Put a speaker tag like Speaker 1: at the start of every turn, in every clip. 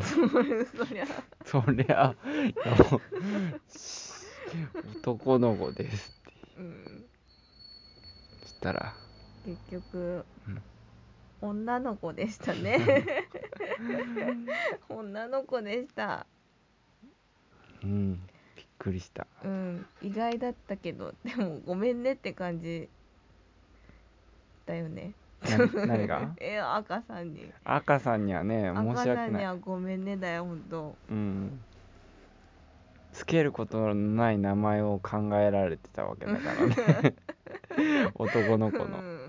Speaker 1: そりゃ
Speaker 2: そりゃ、いやもう男の子ですって。
Speaker 1: うん
Speaker 2: そしたら、
Speaker 1: 結局、
Speaker 2: うん
Speaker 1: 女の子でしたね女の子でした
Speaker 2: うん、びっくりした。
Speaker 1: うん意外だったけどでもごめんねって感じだよね
Speaker 2: な 何が
Speaker 1: え赤さんに
Speaker 2: 赤さんにはね、申
Speaker 1: 赤
Speaker 2: し
Speaker 1: さ
Speaker 2: 訳
Speaker 1: んに
Speaker 2: ない。
Speaker 1: はごめんねだよ本当
Speaker 2: うん。つけることのない名前を考えられてたわけだから ね。男の子
Speaker 1: う
Speaker 2: の。
Speaker 1: ん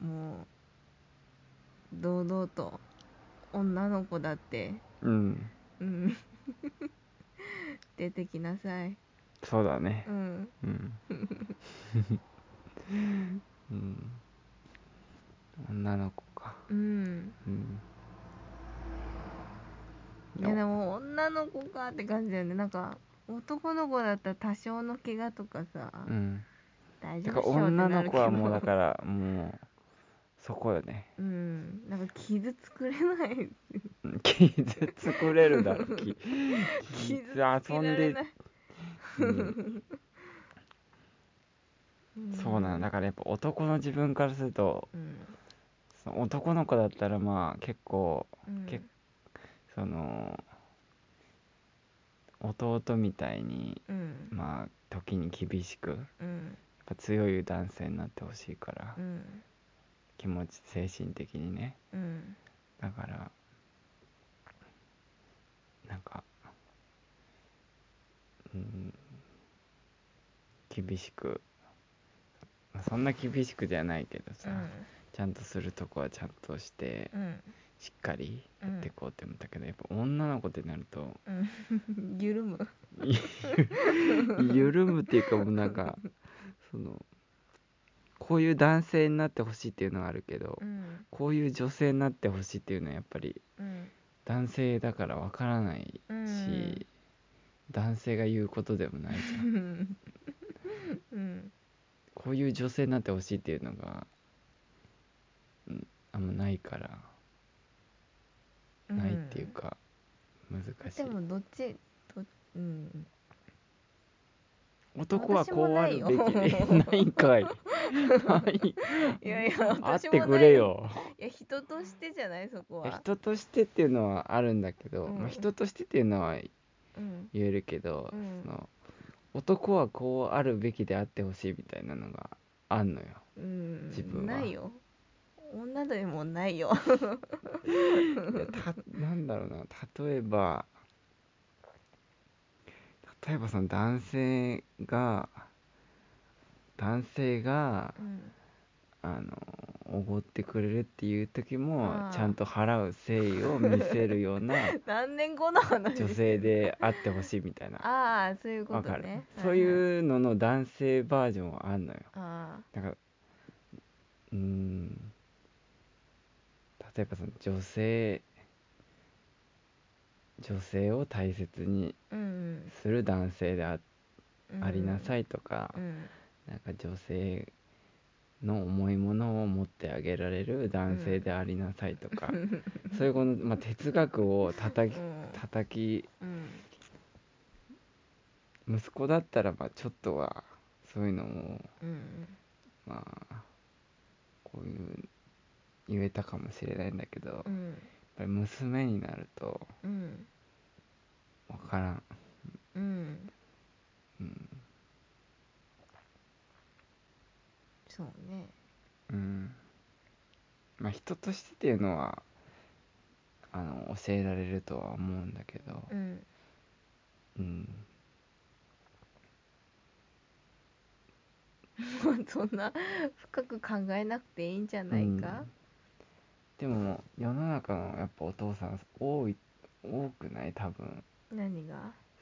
Speaker 1: もう堂々と女の子だって
Speaker 2: うん、
Speaker 1: うん 出てきなさい
Speaker 2: そうだね
Speaker 1: う。ん
Speaker 2: うん。うん。女の子か。
Speaker 1: うん
Speaker 2: うん。
Speaker 1: いやでも女の子かって感じだよねなんか男の子だったら多少の怪我とかさ、
Speaker 2: うん。
Speaker 1: 大丈
Speaker 2: だ
Speaker 1: 夫
Speaker 2: か
Speaker 1: っしょって
Speaker 2: 女
Speaker 1: な
Speaker 2: の
Speaker 1: るけ
Speaker 2: 子
Speaker 1: ど
Speaker 2: はもうだからもうそこよね
Speaker 1: うんなんか傷つくれない
Speaker 2: うん傷つくれるだ ろき
Speaker 1: 傷つけ
Speaker 2: 遊
Speaker 1: ら
Speaker 2: ん
Speaker 1: れ
Speaker 2: で
Speaker 1: ない、
Speaker 2: うん
Speaker 1: うん
Speaker 2: そうなんだからやっぱ男の自分からすると
Speaker 1: うん
Speaker 2: その男の子だったらまあ結構
Speaker 1: うん
Speaker 2: 結その弟みたいに
Speaker 1: うん
Speaker 2: まあ時に厳しくやっ
Speaker 1: うん
Speaker 2: ぱ強い男性になってほしいから
Speaker 1: うん
Speaker 2: 気持ち精神的にね
Speaker 1: うん
Speaker 2: だからなんかうん厳しくまあそんな厳しくじゃないけどさ、ちゃんとするとこはちゃんとして
Speaker 1: うん
Speaker 2: しっかりやっていこうって思ったけど、やっぱ女の子ってなると
Speaker 1: うん緩む
Speaker 2: 緩むっていうかもうなん かそのこういう男性になってほしいっていうのはあるけど、
Speaker 1: うん
Speaker 2: こういう女性になってほしいっていうのはやっぱり
Speaker 1: うん
Speaker 2: 男性だからわからないし、
Speaker 1: うん
Speaker 2: 男性が言うことでもない じゃん
Speaker 1: うん
Speaker 2: こういう女性になってほしいっていうのが、うん、あんまないから
Speaker 1: うん
Speaker 2: ないっていうか、難し
Speaker 1: で
Speaker 2: い
Speaker 1: もどっちどっうん
Speaker 2: 男はこうあるべき
Speaker 1: 私
Speaker 2: で
Speaker 1: もないよ
Speaker 2: ないん かいない
Speaker 1: いやいや
Speaker 2: あっ
Speaker 1: 私も
Speaker 2: て
Speaker 1: ない
Speaker 2: くれよ
Speaker 1: いや人としてじゃないそこは
Speaker 2: 人としてっていうのはあるんだけど、
Speaker 1: うん
Speaker 2: まあ、人としてっていうのは
Speaker 1: うん
Speaker 2: 言えるけど、
Speaker 1: うん
Speaker 2: その男はこうあるべきであってほしいみたいなのがあんのよ
Speaker 1: うん
Speaker 2: 自分は
Speaker 1: ないよ女でもないよ
Speaker 2: いやたなんだろうな例えば例えばその男性が男性が
Speaker 1: うん
Speaker 2: あのおごってくれるっていう時も
Speaker 1: あー
Speaker 2: ちゃんと払う誠意を見せるよう な
Speaker 1: 何年後の話
Speaker 2: 女性であってほしいみたいな
Speaker 1: ああそういうこ
Speaker 2: わ
Speaker 1: と
Speaker 2: かる、
Speaker 1: ね
Speaker 2: そう
Speaker 1: う
Speaker 2: いうのの男性バージョンはあんのよ
Speaker 1: あ
Speaker 2: だからうーん例えばその女性女性を大切に
Speaker 1: あうん
Speaker 2: する男性であ,、
Speaker 1: うん
Speaker 2: ありなさいとか、
Speaker 1: うん
Speaker 2: なんか女性の重いものを持ってあげられる男性でありなさいとか、そういうこの、まあ、哲学を叩き
Speaker 1: うん
Speaker 2: 叩き
Speaker 1: うん
Speaker 2: 息子だったらまあちょっとはそういうのを
Speaker 1: うん
Speaker 2: まあこういう言えたかもしれないんだけど、
Speaker 1: う
Speaker 2: やっ
Speaker 1: ん
Speaker 2: ぱり娘になると
Speaker 1: うん
Speaker 2: 分からん
Speaker 1: うん
Speaker 2: うん、
Speaker 1: そうね
Speaker 2: うん、まあ人としてっていうのはあの教えられるとは思うんだけど
Speaker 1: うん
Speaker 2: うん
Speaker 1: もうそんな深く考えなくていいんじゃないか
Speaker 2: でも世の中のやっぱお父さん多い多くない多分
Speaker 1: 何が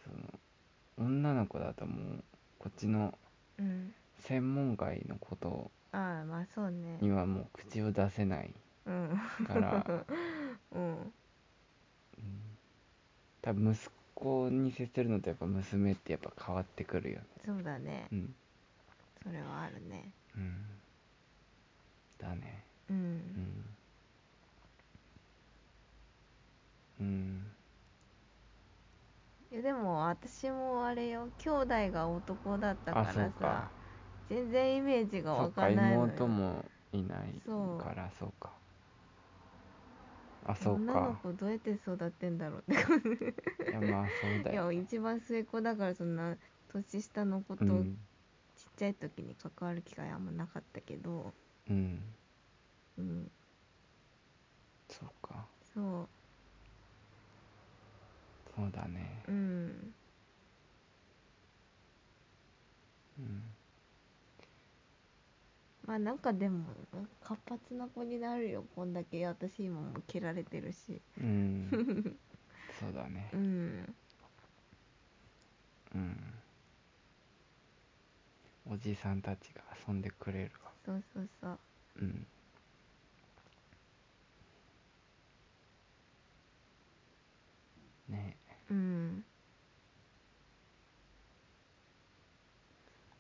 Speaker 2: その女の子だともうこっちの
Speaker 1: うん
Speaker 2: 専門外のこと
Speaker 1: ああまあそうね
Speaker 2: にはもう口を出せない
Speaker 1: うん
Speaker 2: から
Speaker 1: うん
Speaker 2: 多分息子に接するのとやっぱ娘ってやっぱ変わってくるよね
Speaker 1: そうだね
Speaker 2: うん、
Speaker 1: それはあるね
Speaker 2: うん、だね
Speaker 1: う
Speaker 2: うんんうん
Speaker 1: いやでも私もあれよ兄弟が男だったか
Speaker 2: あそ
Speaker 1: ら
Speaker 2: う
Speaker 1: さ
Speaker 2: か
Speaker 1: 全然イメージが
Speaker 2: そ
Speaker 1: 湧
Speaker 2: っか
Speaker 1: かないのよ
Speaker 2: 妹もいない
Speaker 1: そう
Speaker 2: からそうかあそう
Speaker 1: 女の
Speaker 2: か
Speaker 1: 子どうやって育ってんだろうって
Speaker 2: いやまあそう だ
Speaker 1: いや
Speaker 2: よね
Speaker 1: 一番末っ子だからそんな年下の子と
Speaker 2: う
Speaker 1: ちっ
Speaker 2: ん
Speaker 1: ちゃい時に関わる機会あんまなかったけど、
Speaker 2: うん
Speaker 1: うん、
Speaker 2: そうか
Speaker 1: そ
Speaker 2: そうだね
Speaker 1: ううん
Speaker 2: うん
Speaker 1: まあなんかでも活発な子になるよこんだけ私今もう蹴られてるし
Speaker 2: うん そうだね
Speaker 1: うん
Speaker 2: うんおじさんたちが遊んでくれるわ
Speaker 1: そうそうそう
Speaker 2: うんねえ
Speaker 1: うん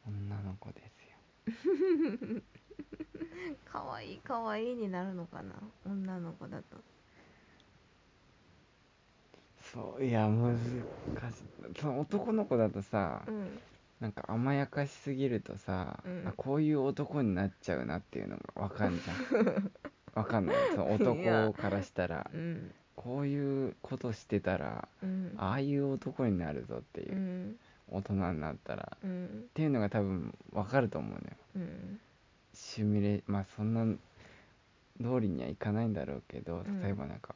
Speaker 2: 女の子ですよ
Speaker 1: かわいいかわいいになるのかな女の子だと
Speaker 2: そういや難しいその男の子だとさ、
Speaker 1: うん
Speaker 2: なんか甘やかしすぎるとさ、
Speaker 1: うん
Speaker 2: あこういう男になっちゃうなっていうのがわかんじゃん わかんないその男からしたら
Speaker 1: うん
Speaker 2: こういうことしてたら
Speaker 1: うん
Speaker 2: ああいう男になるぞっていうう、
Speaker 1: ん
Speaker 2: 大人になったらっ
Speaker 1: うん
Speaker 2: ていうのが多分わかると思うのよ
Speaker 1: うん
Speaker 2: シミュレまあそんな通りにはいかないんだろうけど
Speaker 1: うん
Speaker 2: 例えばなんか、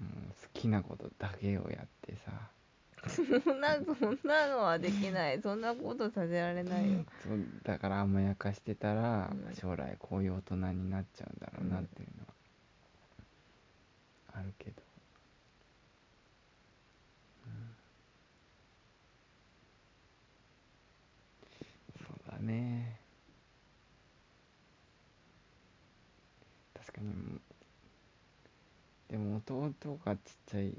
Speaker 2: うん好きなことだけをやってさ
Speaker 1: そんなそんなのはできないそんなことさせられないよ
Speaker 2: そうだから甘やかしてたら、
Speaker 1: うん
Speaker 2: 将来こういう大人になっちゃうんだろうなっていうのはあるけど、うんそうだね確かにもうでも弟がちっちゃい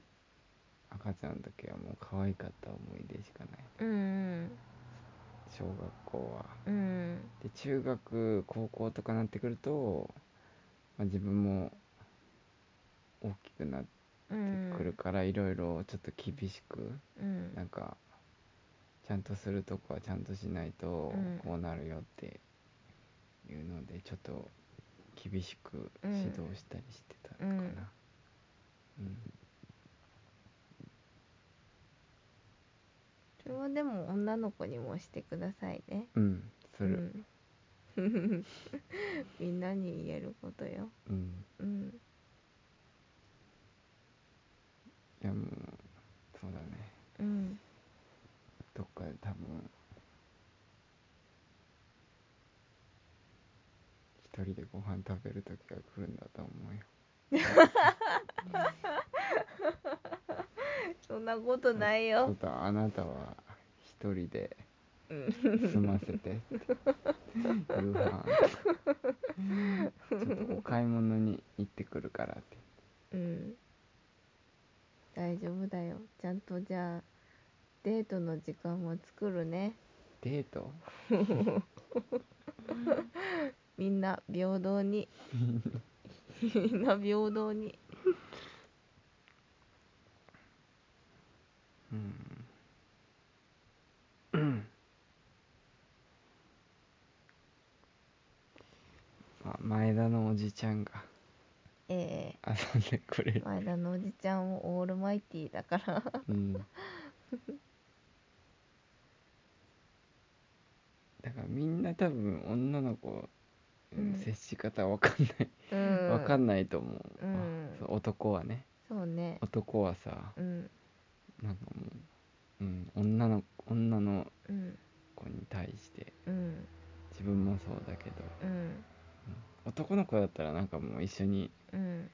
Speaker 2: 赤ちゃんの時はもう可愛かった思い出しかない
Speaker 1: うん
Speaker 2: 小学校は。
Speaker 1: うん
Speaker 2: で中学高校とかなってくると、まあ、自分も大きくなって
Speaker 1: うん
Speaker 2: くるからいろいろちょっと厳しく
Speaker 1: うん
Speaker 2: なんかちゃんとするとこはちゃんとしないと
Speaker 1: うん
Speaker 2: こうなるよっていうのでちょっと厳しく指導したりしてたのかな。うん
Speaker 1: それはでも女の子にもしてくださいね
Speaker 2: うん、す
Speaker 1: う
Speaker 2: る、
Speaker 1: んみんなに言えることよ
Speaker 2: うん
Speaker 1: うん
Speaker 2: いやもうそうだね
Speaker 1: うん
Speaker 2: どっかで多分一人でご飯食べる時が来るんだと思うよ
Speaker 1: そんなことないよ
Speaker 2: ちょっとあなたは一人で済ませて夕飯ちょっとお買い物に行ってくるからって
Speaker 1: うん大丈夫だよちゃんとじゃあデートの時間も作るね
Speaker 2: デート
Speaker 1: みんな平等にみんな平等に
Speaker 2: うんあ前田のおじちゃんが
Speaker 1: え
Speaker 2: 遊んでくれ
Speaker 1: え
Speaker 2: る
Speaker 1: 前田のおじちゃんもオールマイティーだから
Speaker 2: うん、だからみんな多分女の子、うん
Speaker 1: うん
Speaker 2: 接し方わかんない、
Speaker 1: うん
Speaker 2: わかんないと思う、
Speaker 1: うん
Speaker 2: そう男はね
Speaker 1: そうね
Speaker 2: 男はさ
Speaker 1: うん
Speaker 2: なんかもう、うん、女の女の
Speaker 1: うん
Speaker 2: 子に対して
Speaker 1: うん
Speaker 2: 自分もそうだけど
Speaker 1: うん
Speaker 2: 男の子だったらなんかもう一緒に
Speaker 1: うん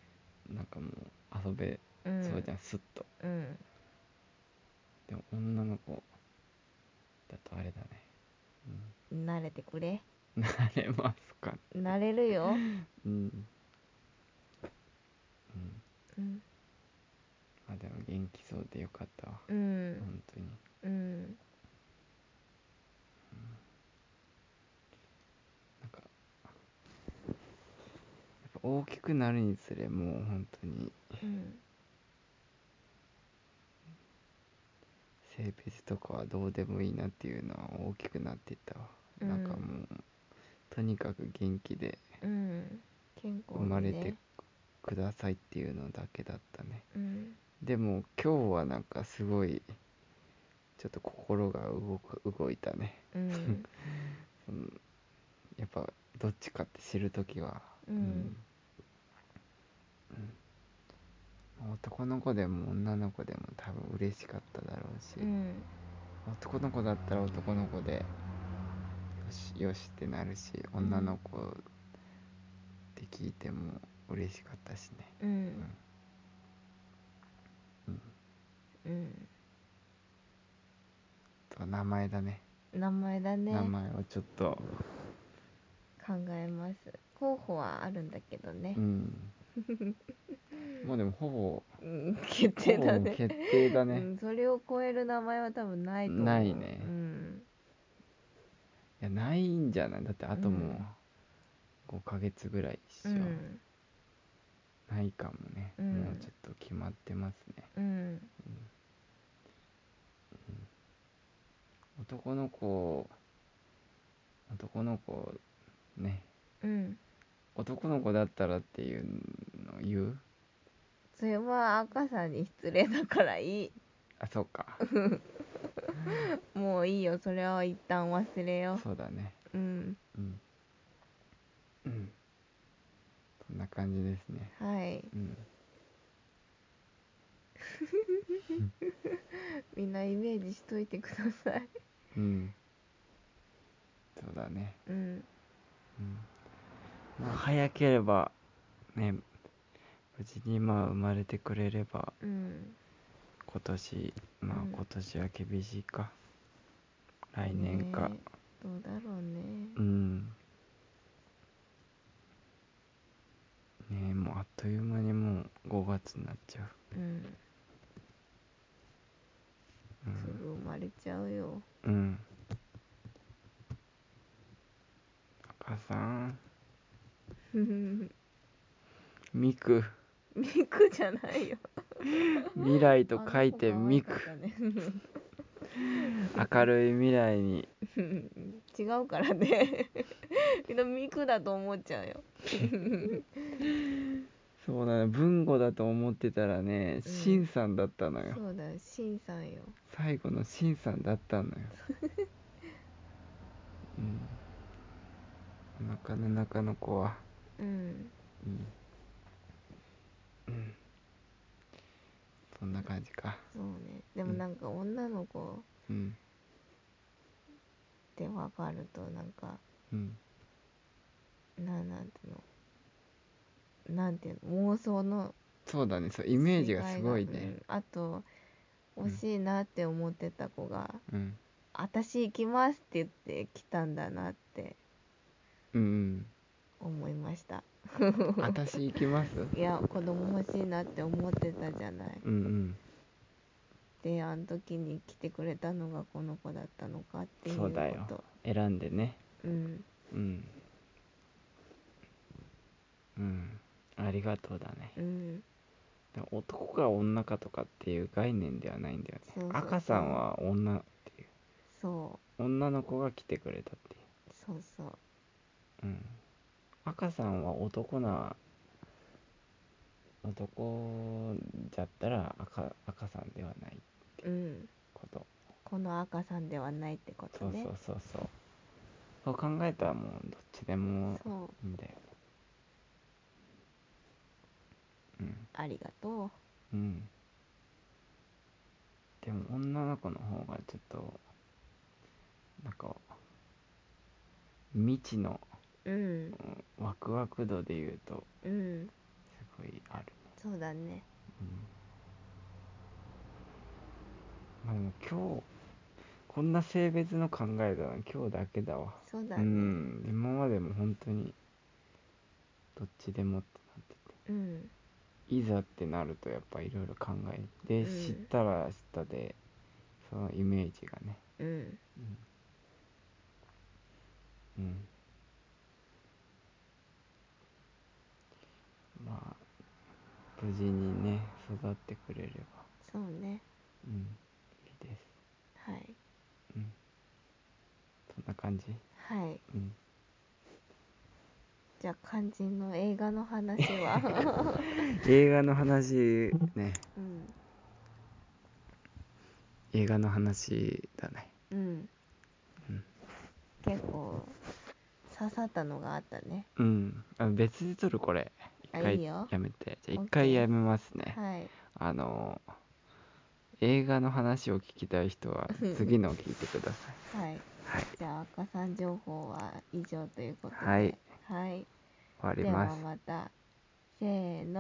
Speaker 2: なんかもう遊べ
Speaker 1: うん
Speaker 2: そうじゃん、スッと
Speaker 1: うん
Speaker 2: でも女の子だとあれだね、
Speaker 1: 慣れてくれ
Speaker 2: うん、なれますかね
Speaker 1: 慣れるよ、
Speaker 2: うん、うん、
Speaker 1: うん、
Speaker 2: あでも元気そうでよかったわ、
Speaker 1: う
Speaker 2: ほん、
Speaker 1: ん
Speaker 2: 本当に
Speaker 1: うん
Speaker 2: なんかやっぱ大きくなるにつれもう本当に
Speaker 1: うん
Speaker 2: 性別とかはどうでもいいなっていうのは大きくなっていったわ、
Speaker 1: うん
Speaker 2: なんかもうとにかく元気で
Speaker 1: うん健康
Speaker 2: 生まれ
Speaker 1: にね
Speaker 2: てくださいっていうのだけだったね
Speaker 1: うん
Speaker 2: でも今日はなんかすごいちょっと心が動く動いたね
Speaker 1: うん
Speaker 2: うんやっぱどっちかって知る時は
Speaker 1: うん
Speaker 2: うん男の子でも女の子でも多分嬉しかっただろうし、
Speaker 1: うん
Speaker 2: 男の子だったら男の子でよしよしってなるし
Speaker 1: ん
Speaker 2: 女の子って聞いても嬉しかったしね
Speaker 1: う
Speaker 2: うん
Speaker 1: ん
Speaker 2: うん
Speaker 1: うん
Speaker 2: あと名前だね
Speaker 1: 名前だね
Speaker 2: 名前をちょっと
Speaker 1: 考えます候補はあるんだけどね
Speaker 2: うん もうでもほぼ
Speaker 1: うん決
Speaker 2: ほ
Speaker 1: 定だ
Speaker 2: ぼ
Speaker 1: ね
Speaker 2: 決定だね、
Speaker 1: うん、それを超える名前は多分ないと思う
Speaker 2: ないね
Speaker 1: うん
Speaker 2: いやないんじゃないだってあとも
Speaker 1: うん
Speaker 2: う5ヶ月ぐらいし
Speaker 1: う
Speaker 2: ょ、
Speaker 1: ん
Speaker 2: ないかもね、
Speaker 1: うん
Speaker 2: もうちょっと決まってますね
Speaker 1: うん
Speaker 2: 男の子男の子ね
Speaker 1: うん
Speaker 2: 男の子だったらっていうの言う
Speaker 1: それは赤さんに失礼だからいい
Speaker 2: あそうか
Speaker 1: もういいよそれは一旦忘れよ
Speaker 2: そうだね
Speaker 1: ううん
Speaker 2: うんうんそんな感じですね
Speaker 1: はい
Speaker 2: うん
Speaker 1: みんなイメージしといてください
Speaker 2: うんそうだね
Speaker 1: うん
Speaker 2: うんまあ、早ければね無事にまあ生まれてくれれば
Speaker 1: うん
Speaker 2: 今年まあ
Speaker 1: うん
Speaker 2: 今年は厳しいか、来年か、
Speaker 1: ねどうだろうね
Speaker 2: うんねえもうあっという間にもう5月になっちゃ
Speaker 1: う
Speaker 2: う
Speaker 1: んすぐ生まれちゃうよ
Speaker 2: うん、うん、赤さんミク
Speaker 1: ミクじゃないよ
Speaker 2: 未来と書いてミク
Speaker 1: あの子可愛
Speaker 2: 明るい未来に
Speaker 1: かったね違うからねみんなミクだと思っちゃうよ
Speaker 2: そうだね文語だと思ってたらね
Speaker 1: うん
Speaker 2: シンさんだったのよ、
Speaker 1: そうだよシンさんよ
Speaker 2: 最後のシンさんだったの よ、うん、なかなか中の子は、
Speaker 1: うん
Speaker 2: うんうんそんな感じか
Speaker 1: そうねでもなんか女の子
Speaker 2: うん
Speaker 1: って分かるとなんか
Speaker 2: うん
Speaker 1: なんなんていうのなんていうの妄想の
Speaker 2: そうだねそうイメージがすごい
Speaker 1: 世界が
Speaker 2: ね
Speaker 1: うんあと惜しいなって思ってた子が
Speaker 2: うん
Speaker 1: 「私行きます」って言って来たんだなって
Speaker 2: うん
Speaker 1: 思いました
Speaker 2: うん私行きます
Speaker 1: いや子供欲しいなって思ってたじゃない
Speaker 2: うんうん
Speaker 1: であの時に来てくれたのがこの子だったのかっていう
Speaker 2: そ
Speaker 1: こと
Speaker 2: うだよ選んでね
Speaker 1: うん
Speaker 2: うんうんありがとうだね
Speaker 1: うん
Speaker 2: でも男か女かとかっていう概念ではないんだよね
Speaker 1: そうそうそう
Speaker 2: 赤さんは女っていう
Speaker 1: そ
Speaker 2: 女の子が来てくれたっていう
Speaker 1: そうそう
Speaker 2: う、うん、赤さんは男な男じゃったら赤赤さんではないう
Speaker 1: うん
Speaker 2: こと
Speaker 1: この赤さんではないってこと
Speaker 2: そう
Speaker 1: ね
Speaker 2: そうそうそうそう考えたらもうどっちでも
Speaker 1: そう
Speaker 2: いいんだようん
Speaker 1: ありがと
Speaker 2: うんでも女の子の方がちょっとなんか未知の
Speaker 1: ううん
Speaker 2: うんワクワク度で言うと
Speaker 1: うん
Speaker 2: すごいあるね、
Speaker 1: そうだね
Speaker 2: うん、まあでも今日こんな性別の考えだな今日だけだわ
Speaker 1: そうだ
Speaker 2: う
Speaker 1: ね
Speaker 2: ん今までも本当にどっちでもってなって
Speaker 1: う
Speaker 2: て
Speaker 1: ん
Speaker 2: いざってなるとやっぱいろいろ考えで、
Speaker 1: うん
Speaker 2: 知ったら知ったでそのイメージがね
Speaker 1: うん
Speaker 2: うん、うん、まあ無事にね育ってくれれば
Speaker 1: そうね
Speaker 2: うんいいです
Speaker 1: はい
Speaker 2: うんそんな感じ
Speaker 1: はい
Speaker 2: うん
Speaker 1: じゃあ肝心の映画の話 は
Speaker 2: 映画の話ね
Speaker 1: うん
Speaker 2: 映画の話だね
Speaker 1: うん
Speaker 2: うん
Speaker 1: 結構刺さったのがあったね
Speaker 2: うんあ別で撮るこれ
Speaker 1: あ
Speaker 2: 一回
Speaker 1: いいよ
Speaker 2: やめてじゃあ
Speaker 1: OK
Speaker 2: 一回やめますね、
Speaker 1: はい
Speaker 2: あの映画の話を聞きたい人は次のを聞いてください
Speaker 1: はい
Speaker 2: はい
Speaker 1: じゃあ赤さん情報は以上ということで
Speaker 2: はい
Speaker 1: はい
Speaker 2: 終わり
Speaker 1: では
Speaker 2: ます
Speaker 1: またせーの